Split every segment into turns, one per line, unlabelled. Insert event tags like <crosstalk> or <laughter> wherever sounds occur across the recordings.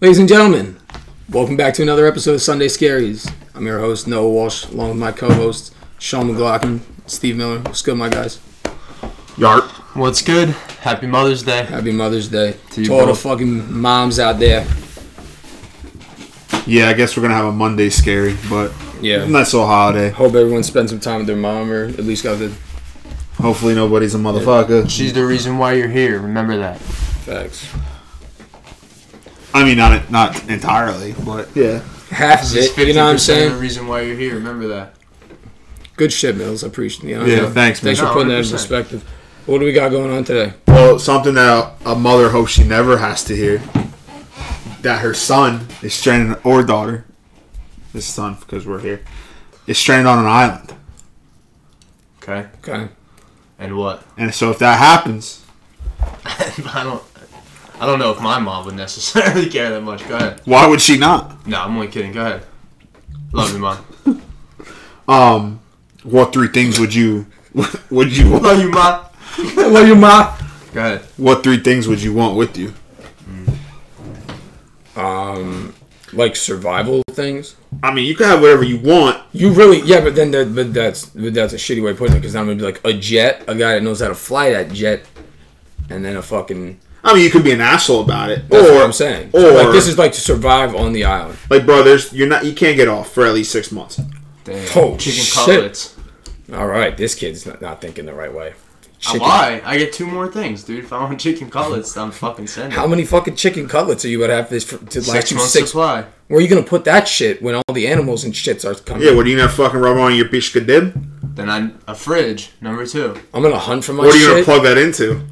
Ladies and gentlemen, welcome back to another episode of Sunday Scaries. I'm your host, Noah Walsh, along with my co hosts, Sean McLaughlin, Steve Miller. What's good, my guys?
Yarp.
What's good? Happy Mother's Day.
Happy Mother's Day
you
to all the
both.
fucking moms out there.
Yeah, I guess we're gonna have a Monday scary, but
Yeah.
not so holiday.
Hope everyone spends some time with their mom or at least got the
Hopefully nobody's a motherfucker.
She's the reason why you're here. Remember that.
facts.
I mean, not not entirely, but yeah.
Half of
This
it, you know what I'm
The
saying?
reason why you're here. Remember that.
Good shit, Mills. I appreciate you know,
Yeah,
you know,
thanks, man.
Thanks for
No,
putting that in
100%.
perspective. What do we got going on today?
Well, something that a mother hopes she never has to hear that her son is stranded or daughter, his son because we're here, is stranded on an island.
Okay.
Okay.
And what? <laughs>
And so if that happens,
I don't. I don't know if my mom would necessarily <laughs> care that much. Go ahead.
why would she not?
No, I'm only kidding. Go ahead. Love you, mom.
Um, what three things would you <laughs> would you want?
Love you, mom.
Hello, your mom.
Go ahead.
What three things would you want with you?
Like survival things?
I mean, you could have whatever you want,
You really, yeah, but then that, but that's, but that's a shitty way of putting it because I'm gonna be like a jet, a guy that knows how to fly that jet, and then a fucking.
I mean, you could be an asshole about it,
That's
or
what I'm saying.
or
So, like this is like to survive on the island.
like, bro, there's you're not you can't get off for at least six months.
Damn.
Oh,
Chicken
shit.
cutlets.
All right, this kid's not, not thinking the right way.
I Why? I get two more things, dude. If I want chicken cutlets, I'm fucking sending.
How many fucking chicken cutlets are you gonna have this for, to last
Six
you
months
six?
supply.
Where are you gonna put that shit when all the animals and shit starts coming?
Yeah, what are you gonna fucking rub on your bitch dib?
Then I'm a fridge. Number two.
I'm gonna hunt for my
What are you gonna
shit.
plug that into? <laughs>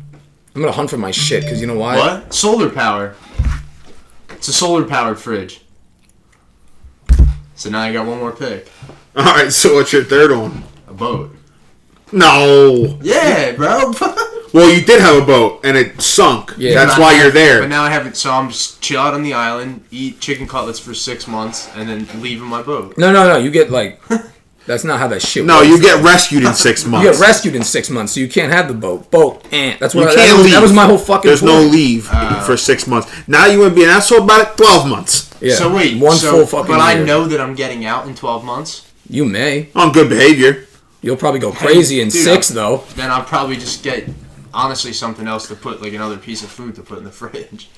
I'm gonna hunt for my shit because you know why?
What? Solar power. It's a solar powered fridge. So now you got one more pick.
All right, so what's your third one?
A boat.
No.
Yeah, bro.
Well, you did have a boat and it sunk.
Yeah.
that's why you're there.
But now I haven't, so I'm just chill out on the island, eat chicken cutlets for six months, and then leave in my boat.
No, no, no. You get
<laughs>
like, that's not how that shit.
no,
works.
you get rescued in six
<laughs>
months.
You get rescued in six months, so you can't have the boat. Boat, and that's
You
what I,
can't
that, was,
leave.
that was my whole fucking.
There's no
point. Uh.
leave for six months. Now you want to be an asshole about it? Twelve months
Yeah.
So wait,
one
so,
full fucking.
But I
year.
know that I'm getting out in 12 months.
you may.
on good behavior.
You'll probably go crazy in
dude,
six
I'm-
though.
Then I'll probably just get, honestly, something else to put, like another piece of food to put in the <laughs> fridge.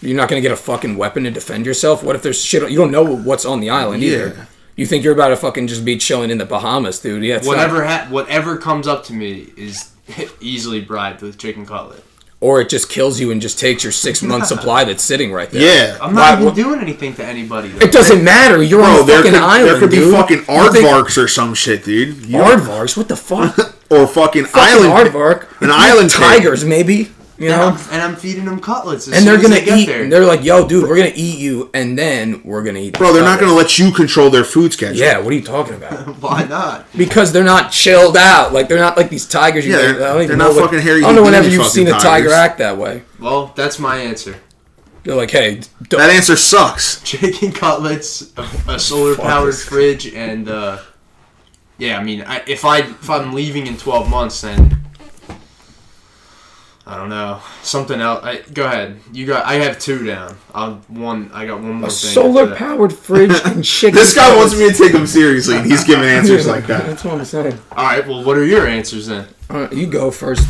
You're not gonna get a fucking weapon to defend yourself. What if there's shit? on- You don't know what's on the island
Yeah.
either. You think you're about to fucking just be chilling in the Bahamas, dude? Yeah, it's not-
Whatever ha- whatever comes up to me is <laughs> easily bribed with chicken cutlet.
or it just kills you and just takes your six month
<laughs>
supply that's sitting right there.
Yeah.
I'm not
Why-
even
what-
doing anything to anybody. Though.
It doesn't matter. You're
Bro,
on the
there
fucking
could,
island,
there could be
dude.
fucking
You think-
aardvarks or some shit, dude. You-
Aardvarks? What the
<laughs>
fuck?
or fucking,
fucking
island
aardvark.
an island pig.
Tigers, maybe. You
and,
know.
I'm, and I'm feeding them cutlets. As
and
soon
they're gonna
as they get
eat.
There.
They're like, "Yo, dude, we're gonna eat you, and then we're gonna eat."
Bro, they're not going to
to.
let you control their food schedule.
Yeah, what are you talking about?
<laughs> Why not?
Because they're not chilled out. Like they're not like these tigers. You
Yeah,
think-
they're-
I don't even
they're
know
not
what-
fucking hairy
I don't know whenever
Houdini
you've
fucking
seen a tiger
tigers.
act that way.
Well, that's my answer. <laughs>
They're like, "Hey, d-
That answer sucks.
Chicken cutlets, a, a solar-powered fridge, and uh, yeah. I mean, I, if I if I'm leaving in 12 months, then I don't know something else. I, go ahead. You got. I have two down. I'll one. I got one more
a
thing. after
solar
that.
powered
<laughs>
fridge and chicken."
This guy wants me to take him seriously, and he's giving answers like that.
That's what I'm saying.
All right. Well, what are your answers then?
All right, you go first.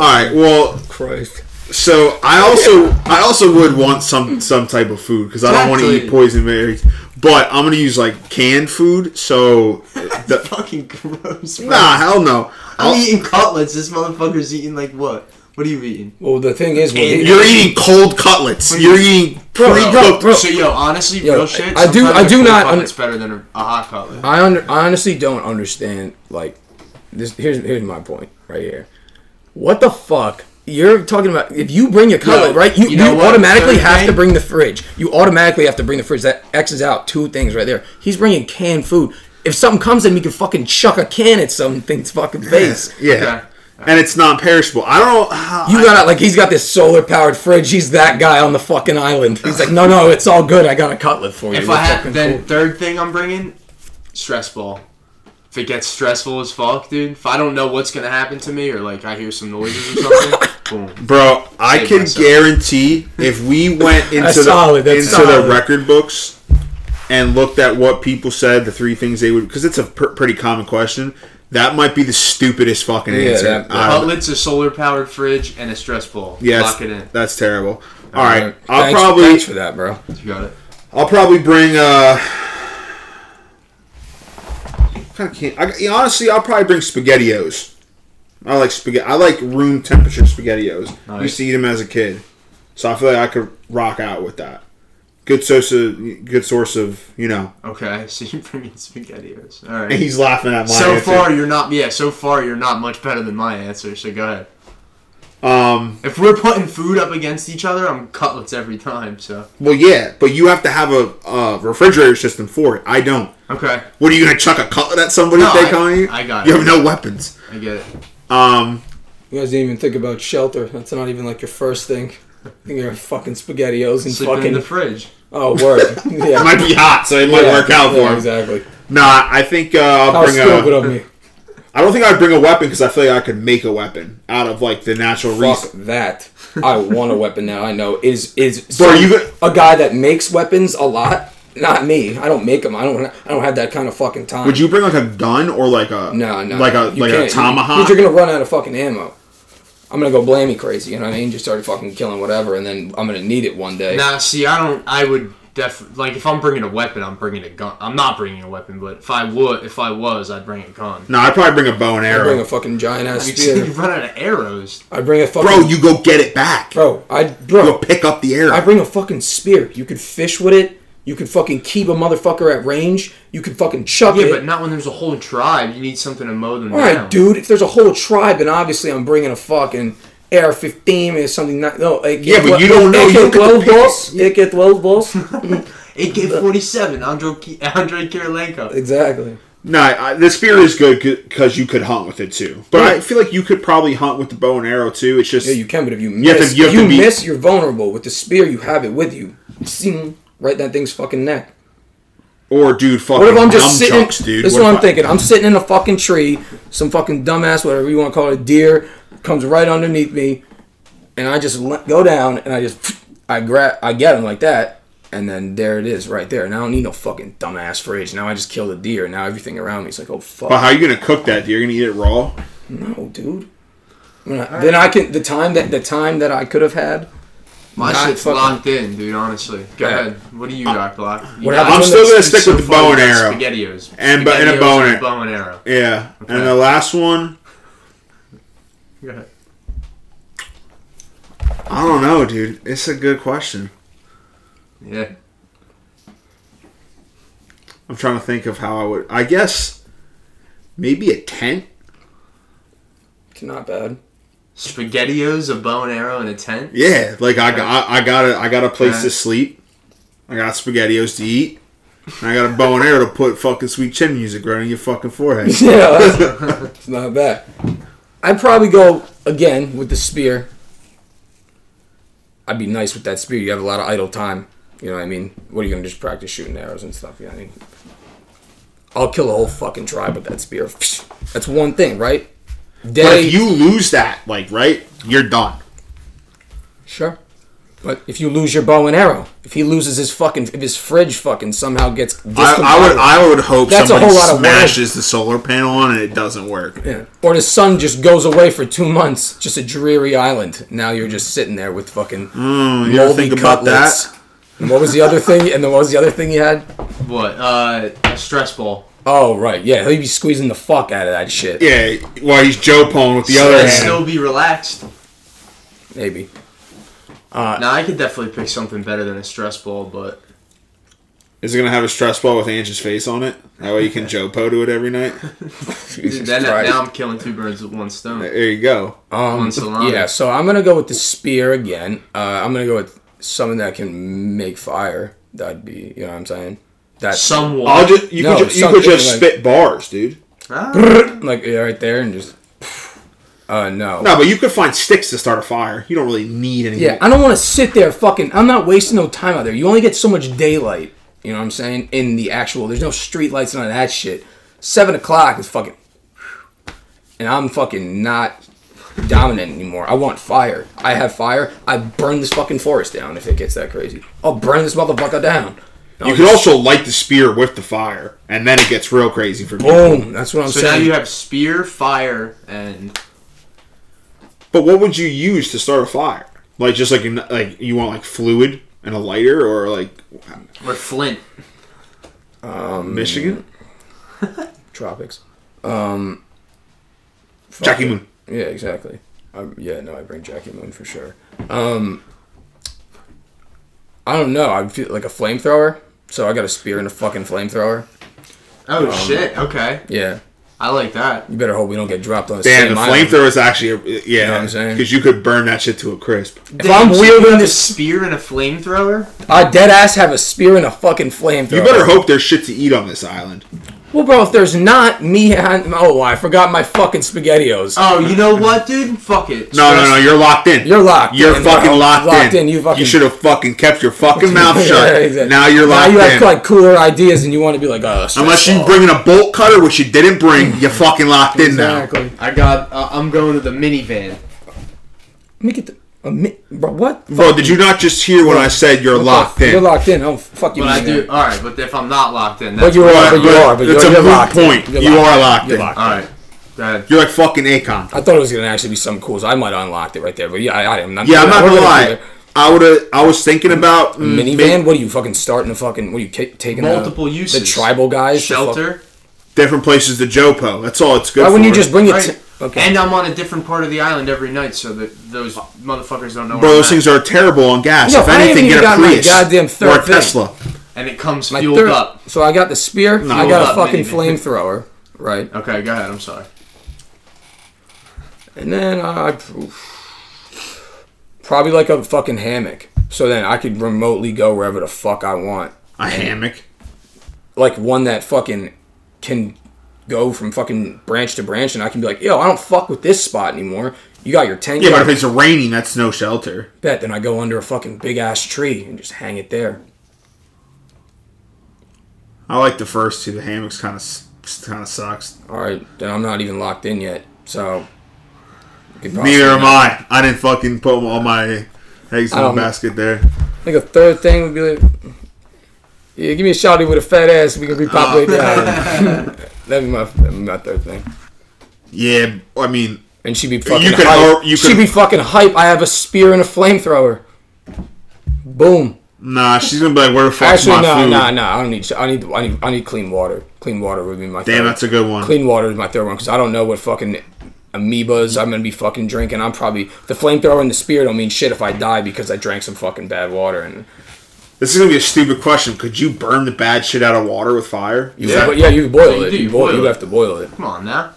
All right, well,
Christ.
so I also I also would want some some type of food because I don't want to
Exactly.
eat poison berries. But I'm gonna use like canned food. So, the,
Fucking gross. bro.
nah, hell no.
I'm
I'll-
eating cutlets. This motherfucker's eating like what? What are you eating?
Well, the thing is, when
Hey,
we-
you're eating cold cutlets. You're eating pre-cooked.
Bro.
So yo, honestly,
Yo,
real shit.
I do-
sometimes
I
a
do
cold
not
Cutlet's better than a, a hot cutlet.
I, un- I honestly don't understand. Like, this here's here's my point right here. What the fuck? You're talking about if you bring your cutlet,
Yo,
right? You, you,
you know what?
automatically
Third
have to
thing-
bring the fridge. You automatically have to bring the fridge. That X's out two things right there. He's bringing canned food. If something comes in, he can fucking chuck a can at something's fucking
<laughs>
face.
Yeah,
Okay.
and it's non-perishable. I don't. Uh,
You got like he's got this solar powered fridge. He's that guy on the fucking island. He's like, no, no, it's all good. I got a cutlet for you.
If
You're
I had
fucking
then
cool."
third thing I'm bringing, stress ball. if it gets stressful as fuck, dude, if I don't know what's gonna happen to me or like I hear some noises or
<laughs>
something, boom.
Bro, I
Save
can
myself.
guarantee if we went into
That's
the
solid, that's
into
solid.
the record books and looked at what people said, the three things they would, because it's a per- pretty common question. That might be the stupidest fucking
Yeah,
answer.
that-
I don't-
Outlets, a solar powered fridge, and a stress ball.
yeah,
Lock it
it's-
in.
that's terrible. All right, I'll
Thanks-
probably
thanks for that, bro.
You got it.
I'll probably bring. uh Kind of can't. I, yeah, honestly, I'll probably bring spaghettios. I like spaghetti. I like room temperature spaghettios. I
Nice.
used to eat them as a kid, so I feel like I could rock out with that. Good source of good source of you know. <laughs>
Okay, <laughs> so you bring in spaghettios. All
And
<laughs>
right.
he's laughing at my
So
answer.
far, you're not. Yeah, so far you're not much better than my answer. So go ahead.
Um.
If we're putting food up against each other, I'm cutlets every time. So
Well, yeah, but you have to have a, uh refrigerator system for it. I don't.
okay,
What are you gonna chuck a cutlet at somebody if
No,
they
I-
come at you?
I got
You
it.
have no weapons.
I get it.
Um.
You guys didn't even think about shelter. That's not even like your first thing. I think you're fucking spaghettios and
Sleeping
fucking
in the fridge.
<laughs> oh
<laughs>
word. <laughs> Yeah,
It might be hot, so it might
Yeah,
work out for
yeah,
him.
exactly.
Nah, I think uh, I'll
How
bring
stupid
a.
of
<laughs>
me.
I don't think I'd bring a weapon because I feel like I could make a weapon out of like the natural
Fuck
resource.
that. I want a weapon now. I know is is
<laughs> Bro,
some-
you got-
a guy that makes weapons a lot. Not me. I don't make them. I don't. I don't have that kind of fucking time.
Would you bring like a gun or like a
No, no.
like a
You
like a
can't.
tomahawk?
You're gonna run out of fucking ammo. I'm gonna go blammy crazy. You know what I mean? Just started fucking killing whatever, and then I'm gonna need it one day.
Nah, see, I don't. I would def like if I'm bringing a weapon, I'm bringing a gun. I'm not bringing a weapon, but if I would, if I was, I'd bring a gun.
no, I'd probably bring a bow and
I bring a
arrow.
fucking giant ass
You see, you
spear.
<laughs> run out of arrows.
I bring a fucking
Bro, you go get it back.
bro. I
Go
bro.
pick up the arrow.
I bring a fucking spear. You could fish with it. You could fucking keep a motherfucker at range. You could fucking chuck
Yeah,
it.
but not when there's a whole tribe. You need something to mow them
Oh, All
down.
right, dude. If there's a whole tribe, and obviously I'm bringing a fucking AR-15 or something. Not, no, like,
Yeah, but you don't know. You don't get to
AK-12
pick it.
balls. AK-12 balls.
<laughs>
AK-47, Andre Ki- <laughs> Andre Kirilenko.
exactly.
no, I, the spear is good because you could hunt with it too. But I feel like you could probably hunt with the bow and arrow too. It's just
Yeah, you can, but if you miss,
have to- you have
you
to be-
miss, you're vulnerable. With the spear, you have it with you. Sing, right in that thing's fucking neck.
or dude, fucking
What if I'm just sitting?
nunchucks, dude.
This is
What
what
if
I'm
I-
thinking. I'm sitting in a fucking tree. Some fucking dumbass, whatever you want to call it, deer comes right underneath me, and I just let, go down and I just I grab I get him like that, and then there it is right there. And I don't need no fucking dumbass fridge. Now I just killed a deer. Now everything around me is like, oh fuck.
But how are you gonna cook that? You're gonna eat it raw.
No, dude. I'm not- Then I can the time that the time that I could have had.
My
Not
shit's
fucking- Uh,
locked in, dude, honestly. Go
Yeah.
ahead. What do you got, Glock? You
What
got-
happened-
I'm
I'm
still
gonna
gonna
It's been
stick with the
so
bow
far
and
about
arrow.
Spaghettios.
And bo- and a
Spaghettios
bow and
bow and arrow.
Yeah,
Okay.
and the last one.
Go ahead.
I don't know, dude. It's a good question.
Yeah.
I'm trying to think of how I would. I guess maybe a tent.
It's not bad.
Spaghettios, a bow and arrow, and a tent.
Yeah, like I got, I got a, I got a place
Yeah.
to sleep. I got spaghettios to eat. And I got a bow and arrow to put fucking sweet chin music right on your fucking forehead.
<laughs>
<laughs>
Yeah, it's not bad. I'd probably go again with the spear. I'd be nice with that spear. You have a lot of idle time. You know what I mean? What are you gonna just practice shooting arrows and stuff? You know what I mean? I'll kill a whole fucking tribe with that spear. <sniffs> That's one thing, right?
But
Day.
if you lose that, like right, you're done.
sure. But if you lose your bow and arrow, if he loses his fucking, if his fridge fucking somehow gets
I, I would,
discombobulated-
I would hope
That's a
somebody
whole lot of
smashes the solar panel on and it doesn't work.
Yeah. Or the sun just goes away for two months, just a dreary island. Now you're just sitting there with fucking
Hmm, You ever think about that?
And what was the other thing? And then what was the other thing you had?
What? Uh, a stress ball.
Oh right, yeah, he'd be squeezing the fuck out of that shit.
Yeah, while he's Joe pulling with the
So
other
I'd
hand.
still be relaxed.
Maybe.
Now I could definitely pick something better than a stress ball, but
Is it gonna have a stress ball with Angie's face on it? That way
<laughs>
you can Joe Po to it every night.
dude, then uh,
Christ.
now I'm killing two birds with one stone.
There you go.
Um,
One salami.
yeah, so I'm gonna go with the spear again. Uh, I'm gonna go with something that can make fire. That'd be, you know what I'm saying? That's
Somewhat.
I'll just you
No,
could just, you could
something
just
like-
spit bars, dude.
Ah,
like yeah, right there and just. Uh, no.
No, but you could find sticks to start a fire. You don't really need anything.
Yeah, I don't want to sit there fucking. I'm not wasting no time out there. You only get so much daylight. You know what I'm saying? In the actual, there's no street lights and all that shit. Seven o'clock is fucking, and I'm fucking not dominant anymore. I want fire. I have fire. I burn this fucking forest down if it gets that crazy. I'll burn this motherfucker down.
You can also light the spear with the fire, and then it gets real crazy for me.
boom. That's what I'm
So now
saying.
you have spear, fire, and
But what would you use to start a fire? Like just like an- like you want like fluid and a lighter, or like
or flint.
Mm,
Michigan,
Tropics. Um,
Jackie
fuck it.
Moon.
Yeah, exactly. Um, yeah, no, I bring Jackie Moon for sure. Um, I don't know. I feel like a flamethrower, so I got a spear and a fucking flamethrower.
Oh shit! Okay,
Yeah,
I like that.
you better hope we don't get dropped on the
Damn,
same
the
island.
flamethrower is actually a, yeah,
what I'm saying?
because you could burn that shit to a crisp.
If I'm
so you
wielding
have a
this-
spear and a flamethrower,
I dead ass have a spear and a fucking flamethrower.
You better hope there's shit to eat on this island.
Well, bro, if there's not me, I, oh, I forgot my fucking spaghettios.
oh, you know what, dude? Fuck it.
No, no, no, you're locked in.
You're locked
You're
in,
fucking
bro.
locked,
Locked
in.
in, you fucking-
should have fucking kept your fucking
<laughs>
mouth
Yeah,
shut.
exactly.
Now you're
now
locked
you
in.
have like cooler ideas and you want to be like, oh, that's
Unless you
all.
bring in a bolt cutter, which you didn't bring, you're fucking locked in now.
exactly.
I got. Uh, I'm going to the minivan.
Let me get the a mi- bro. What?
Bro, did you not just hear when I said you're locked in?
You're locked in. Oh, fuck you.
But I
man.
do. All right, but if I'm not locked in, that's
But you
fine.
are. But you are. But
it's
you're,
a
you're
moot
locked in.
point.
You're
You are locked
You're
in.
locked Uh,
All right. That-
You're like fucking Akon.
I thought it was gonna actually be something cool. So I might have unlocked it right there. But yeah, I, I am not.
Yeah, I'm not
we're
gonna
do
lie.
that.
I would have. I was thinking about mm,
Minivan?
ma-
what are you fucking starting? A fucking? What are you ki- taking? the-
Multiple uses.
The tribal guys. to fuck-
shelter.
different places to Jopo. That's all it's good.
Why
for.
wouldn't you just bring it?
Right.
to- okay.
And I'm on a different part of the island every night, so that those motherfuckers don't know.
Bro,
where
those
I'm at.
things are terrible on gas.
No,
if
I haven't
anything,
even
get a
got my
Prius
goddamn
or a
third thing.
Tesla.
and it comes
My
fueled
third-
up.
So I got the spear. I
Fueled
got a
up,
fucking
minivan.
flamethrower. Right.
Okay, go ahead. I'm sorry.
And then I probably like a fucking hammock. So then I could remotely go wherever the fuck I want.
A hammock.
Like one that fucking can go from fucking branch to branch, and I can be like, yo, I don't fuck with this spot anymore. You got your tent.
Yeah,
you
but
got
if it's raining, that's no shelter.
your bet. Then I go under a fucking big ass tree and just hang it there.
I like the first two. The hammocks kind of kind of sucks.
All right, then I'm not even locked in yet. So you could probably-
Neither am I. I didn't fucking put all my eggs in
I
the
don't-
basket there.
I think a third thing would be like, yeah, give me a shouty with a fat ass. We can
Oh. <laughs>
repopulate the island. that'd, be my, that'd be my third thing.
Yeah, I mean,
And she'd be fucking
could
hype.
ar- you
she'd
could-
be fucking hype. I have a spear and a flamethrower. Boom.
nah. She's gonna be like, "Where the fuck's
Actually,
my
no,
food?"
no, no. I don't need. sh- I need. I need. I need clean water. Clean water would be my.
Damn,
third.
that's a good one.
Clean water is my third one because I don't know what fucking amoebas I'm gonna be fucking drinking. I'm probably the flamethrower and the spear don't mean shit if I die because I drank some fucking bad water and
This is gonna be a stupid question. Could you burn the bad shit out of water with fire? Is
yeah,
that-
but yeah, you boil
you
it.
do,
You,
you
boil,
boil
you
it.
have to boil it.
Come on now.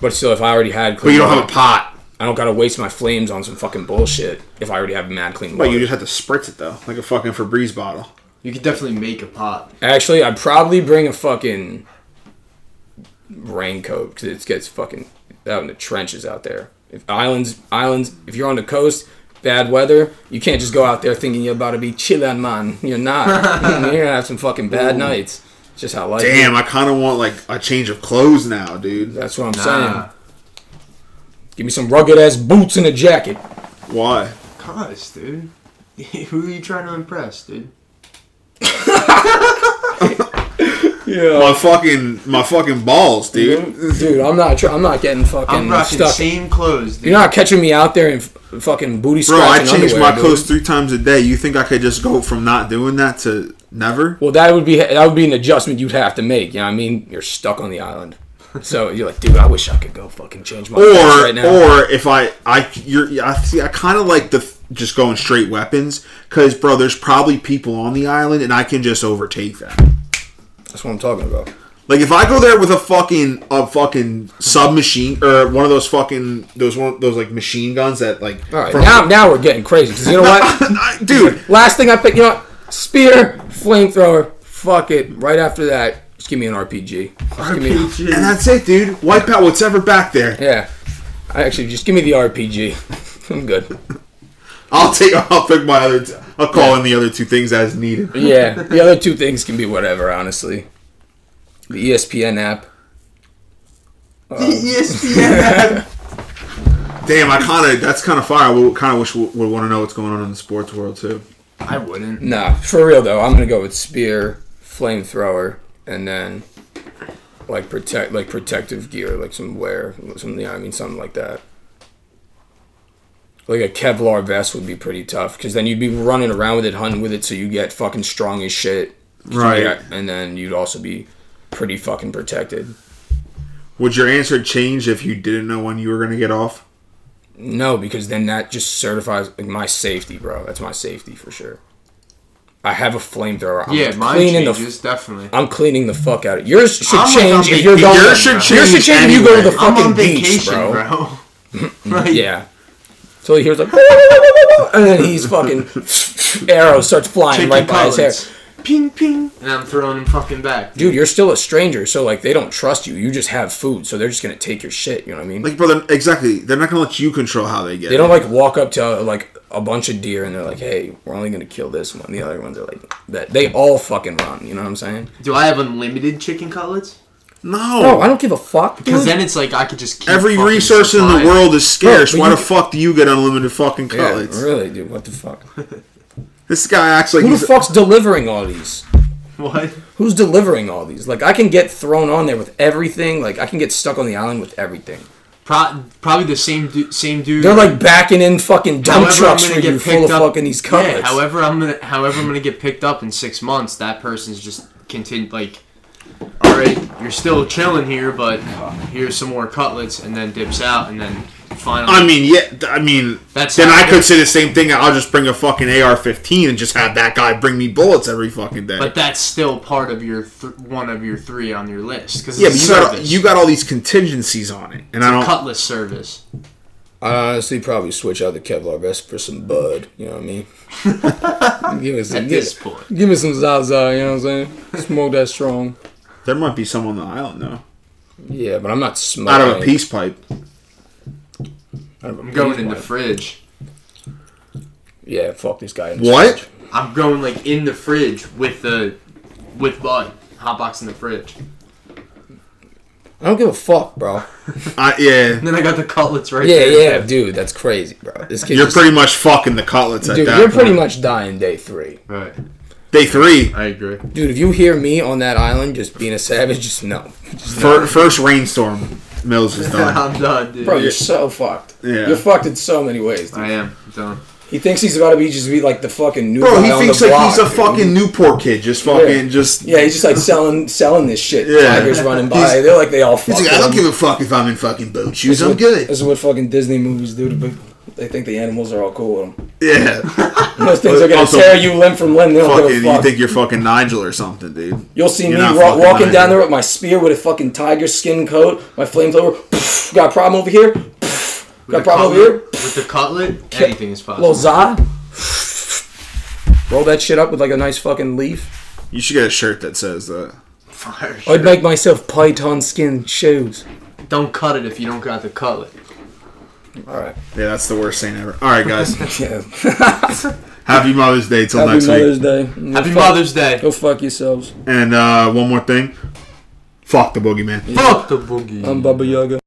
But still, if I already had
but
clean,
you don't
water,
have a pot.
I don't gotta waste my flames on some fucking bullshit. If I already have mad clean water,
But you just have to spritz it though, like a fucking Febreze bottle.
You could definitely make a pot.
Actually, I'd probably bring a fucking raincoat because it gets fucking out in the trenches out there. If islands, islands, if you're on the coast, bad weather, you can't just go out there thinking you're about to be chilling, man. You're
<laughs>
not. you're gonna have some fucking bad nights. It's just how life. is.
Damn, I kind of want like a change of clothes now, dude.
That's what I'm
Nah.
saying. Give me some rugged ass boots and a jacket.
Why?
Cause, dude. <laughs> Who are you trying to impress, dude?
Yeah.
My fucking my fucking balls, dude.
Dude, I'm not. Tr- I'm not getting fucking
I'm rocking
stuck.
same clothes, dude.
You're not catching me out there in f- fucking booty.
Bro, I
scratching
change
underwear,
my
dude.
clothes three times a day. You think I could just go from not doing that to never?
Well, that would be that would be an adjustment you'd have to make. You know, what I mean, you're stuck on the island, so you're like, dude, I wish I could go fucking change my
Or
pants right now.
or if I I you're I see I kind of like the just going straight weapons because bro, there's probably people on the island and I can just overtake them.
That's what I'm talking about.
Like if I go there with a fucking a fucking submachine or one of those fucking those one those like machine guns that like
All right,
from-
now now we're getting crazy. 'cause you know
<laughs>
what?
dude
Last thing I picked, you know, what? spear, flamethrower. Fuck it. Right after that, just give me an RPG. Just give me-
and that's it dude wipe out what's ever back there
yeah. I actually just give me the RPG. <laughs> I'm good.
I'll take <laughs> I'll pick my other t- I'll call in the other two things as needed
E Yeah. The other two things can be whatever, honestly. The ESPN app.
ESPN.
Uh, <laughs>
Damn, I kind of that's kind of fire. I kind of wish we would want to know what's going on in the sports world too.
<laughs> I wouldn't.
Nah, for real though, I'm gonna go with spear, flamethrower, and then like protect like protective gear, like some wear, something. I mean, something like that. Like a Kevlar vest would be pretty tough because then you'd be running around with it, hunting with it, so you get fucking strong as shit.
Right.
Yeah, and then you'd also be pretty fucking protected.
Would your answer change if you didn't know when you were going to get off?
No, because then that just certifies like my safety, bro. That's my safety for sure. I have a flamethrower. I'm
yeah, mine
cleaning the
changes definitely.
I'm cleaning the fuck out of yours. Should
I'm like
change
on
if you're
vac-
going.
yours should
Yours should
change
change if you go to the
anyway.
fucking
I'm on
beach,
vacation,
bro.
bro. <laughs> Right.
Yeah. So he hears like, <laughs> and then he's fucking <laughs> arrow starts flying
Chicken
right by his hair.
cutlets. Ping ping, and I'm throwing him fucking back.
Dude, you're still a stranger, so like they don't trust you. You just have food, so they're just gonna take your shit. You know what I mean?
Like, brother, exactly. They're not going to let you control how they get.
they don't like walk up to uh, like a bunch of deer and they're like, "Hey, we're only gonna kill this one." The other ones are like, "That they all fucking run." You know what I'm saying?
Do I have unlimited chicken cutlets?
No.
No, I don't give a fuck.
Because
dude.
then it's like I could just keep
Every
fucking
resource in
supplying.
the world is scarce.
Bro, but
Why
you-
the fuck do you get unlimited fucking
yeah,
cutlets?
really, dude. What the
<laughs>
fuck?
This guy acts like
Who
he's
the fuck's delivering all these?
What?
Who's delivering all these? Like, I can get thrown on there with everything. Like, I can get stuck on the island with everything.
Pro- probably the same du- same dude.
They're like backing in fucking dump
However,
trucks
I'm
for
gonna
you,
get
full of
picked up.
fucking these cutlets.
Yeah, however, I'm gonna however I'm gonna get picked up in six months. That person's just continue like, all right, you're still chilling here, but here's some more cutlets, and then dips out, and then finally.
I mean, yeah. th- I mean,
That's
then
how
I
it
could
is.
say the same thing. I'll just bring a fucking AR-15 and just have that guy bring me bullets every fucking day.
but that's still part of your th- one of your three on your list because
yeah, but you got you got all these contingencies on it, and I don't.
cutlet service.
I'd honestly Uh, probably switch out the Kevlar vest for some bud. You know what I mean?
<laughs>
give me some,
At this
give,
point,
give me some Zaza. You know what I'm saying? Smoke that strong.
There might be some on the island though,
Yeah, but I'm not smoking.
out of a peace pipe.
Out of a
I'm going
piece,
in the
like,
fridge.
Yeah, fuck this guy. In the
What?
fridge.
I'm going like in the fridge with the with Bud. Hotbox in the fridge.
I don't give a fuck, bro.
I, yeah,
And then I got the cutlets right
Yeah,
there.
yeah, dude, that's crazy, bro. This kid,
you're
just-
pretty much fucking the cutlets at
dude,
that.
you're
point.
pretty much dying day three.
Right.
Day three,
I agree.
Dude, if you hear me on that island just being a savage, just no. Just
fir- first rainstorm, Mills is
<laughs>
done.
<laughs> I'm done, dude.
Bro, you're so fucked.
Yeah.
You're fucked in so many ways, dude.
I am done.
He thinks he's about to be just be like the fucking new
Bro,
guy
he
on
thinks
the
like
block,
he's a
dude.
fucking Newport kid, just fucking just.
Yeah, he's just like selling selling this shit.
Yeah.
Tigers running by.
He's-
They're like they all fuck
He's like, I don't
him.
give a fuck if I'm in fucking boat
This
shoes.
is
I'm
what-
good.
This is what fucking Disney movies do to people. They think the animals are all cool with them.
Yeah.
<laughs> Those things are gonna
Also-
tear you limb from limb. They don't
fucking,
give a
you
fuck.
think you're fucking Nigel or something, dude.
You'll see me
You're not
wa-
fucking
walking
lying.
down there with my spear with a fucking tiger skin coat, my flamethrower. <laughs> Pff, got a problem over here. Pff, got a problem over here.
With the cutlet, anything is
Little
possible.
za. Roll that shit up with like a nice fucking leaf.
You should get a shirt that says that.
Fire.
I'd make myself python skin shoes.
Don't cut it if you don't got the cutlet.
All right.
Yeah, that's the worst thing ever. All
<laughs>
right, guys.
Yeah.
Happy Mother's Day till
Happy
next
Mother's
week.
Day.
Happy Mother's Day.
Go fuck yourselves.
And uh, one more thing. Fuck the boogeyman.
Fuck the boogie.
I'm Baba Yaga.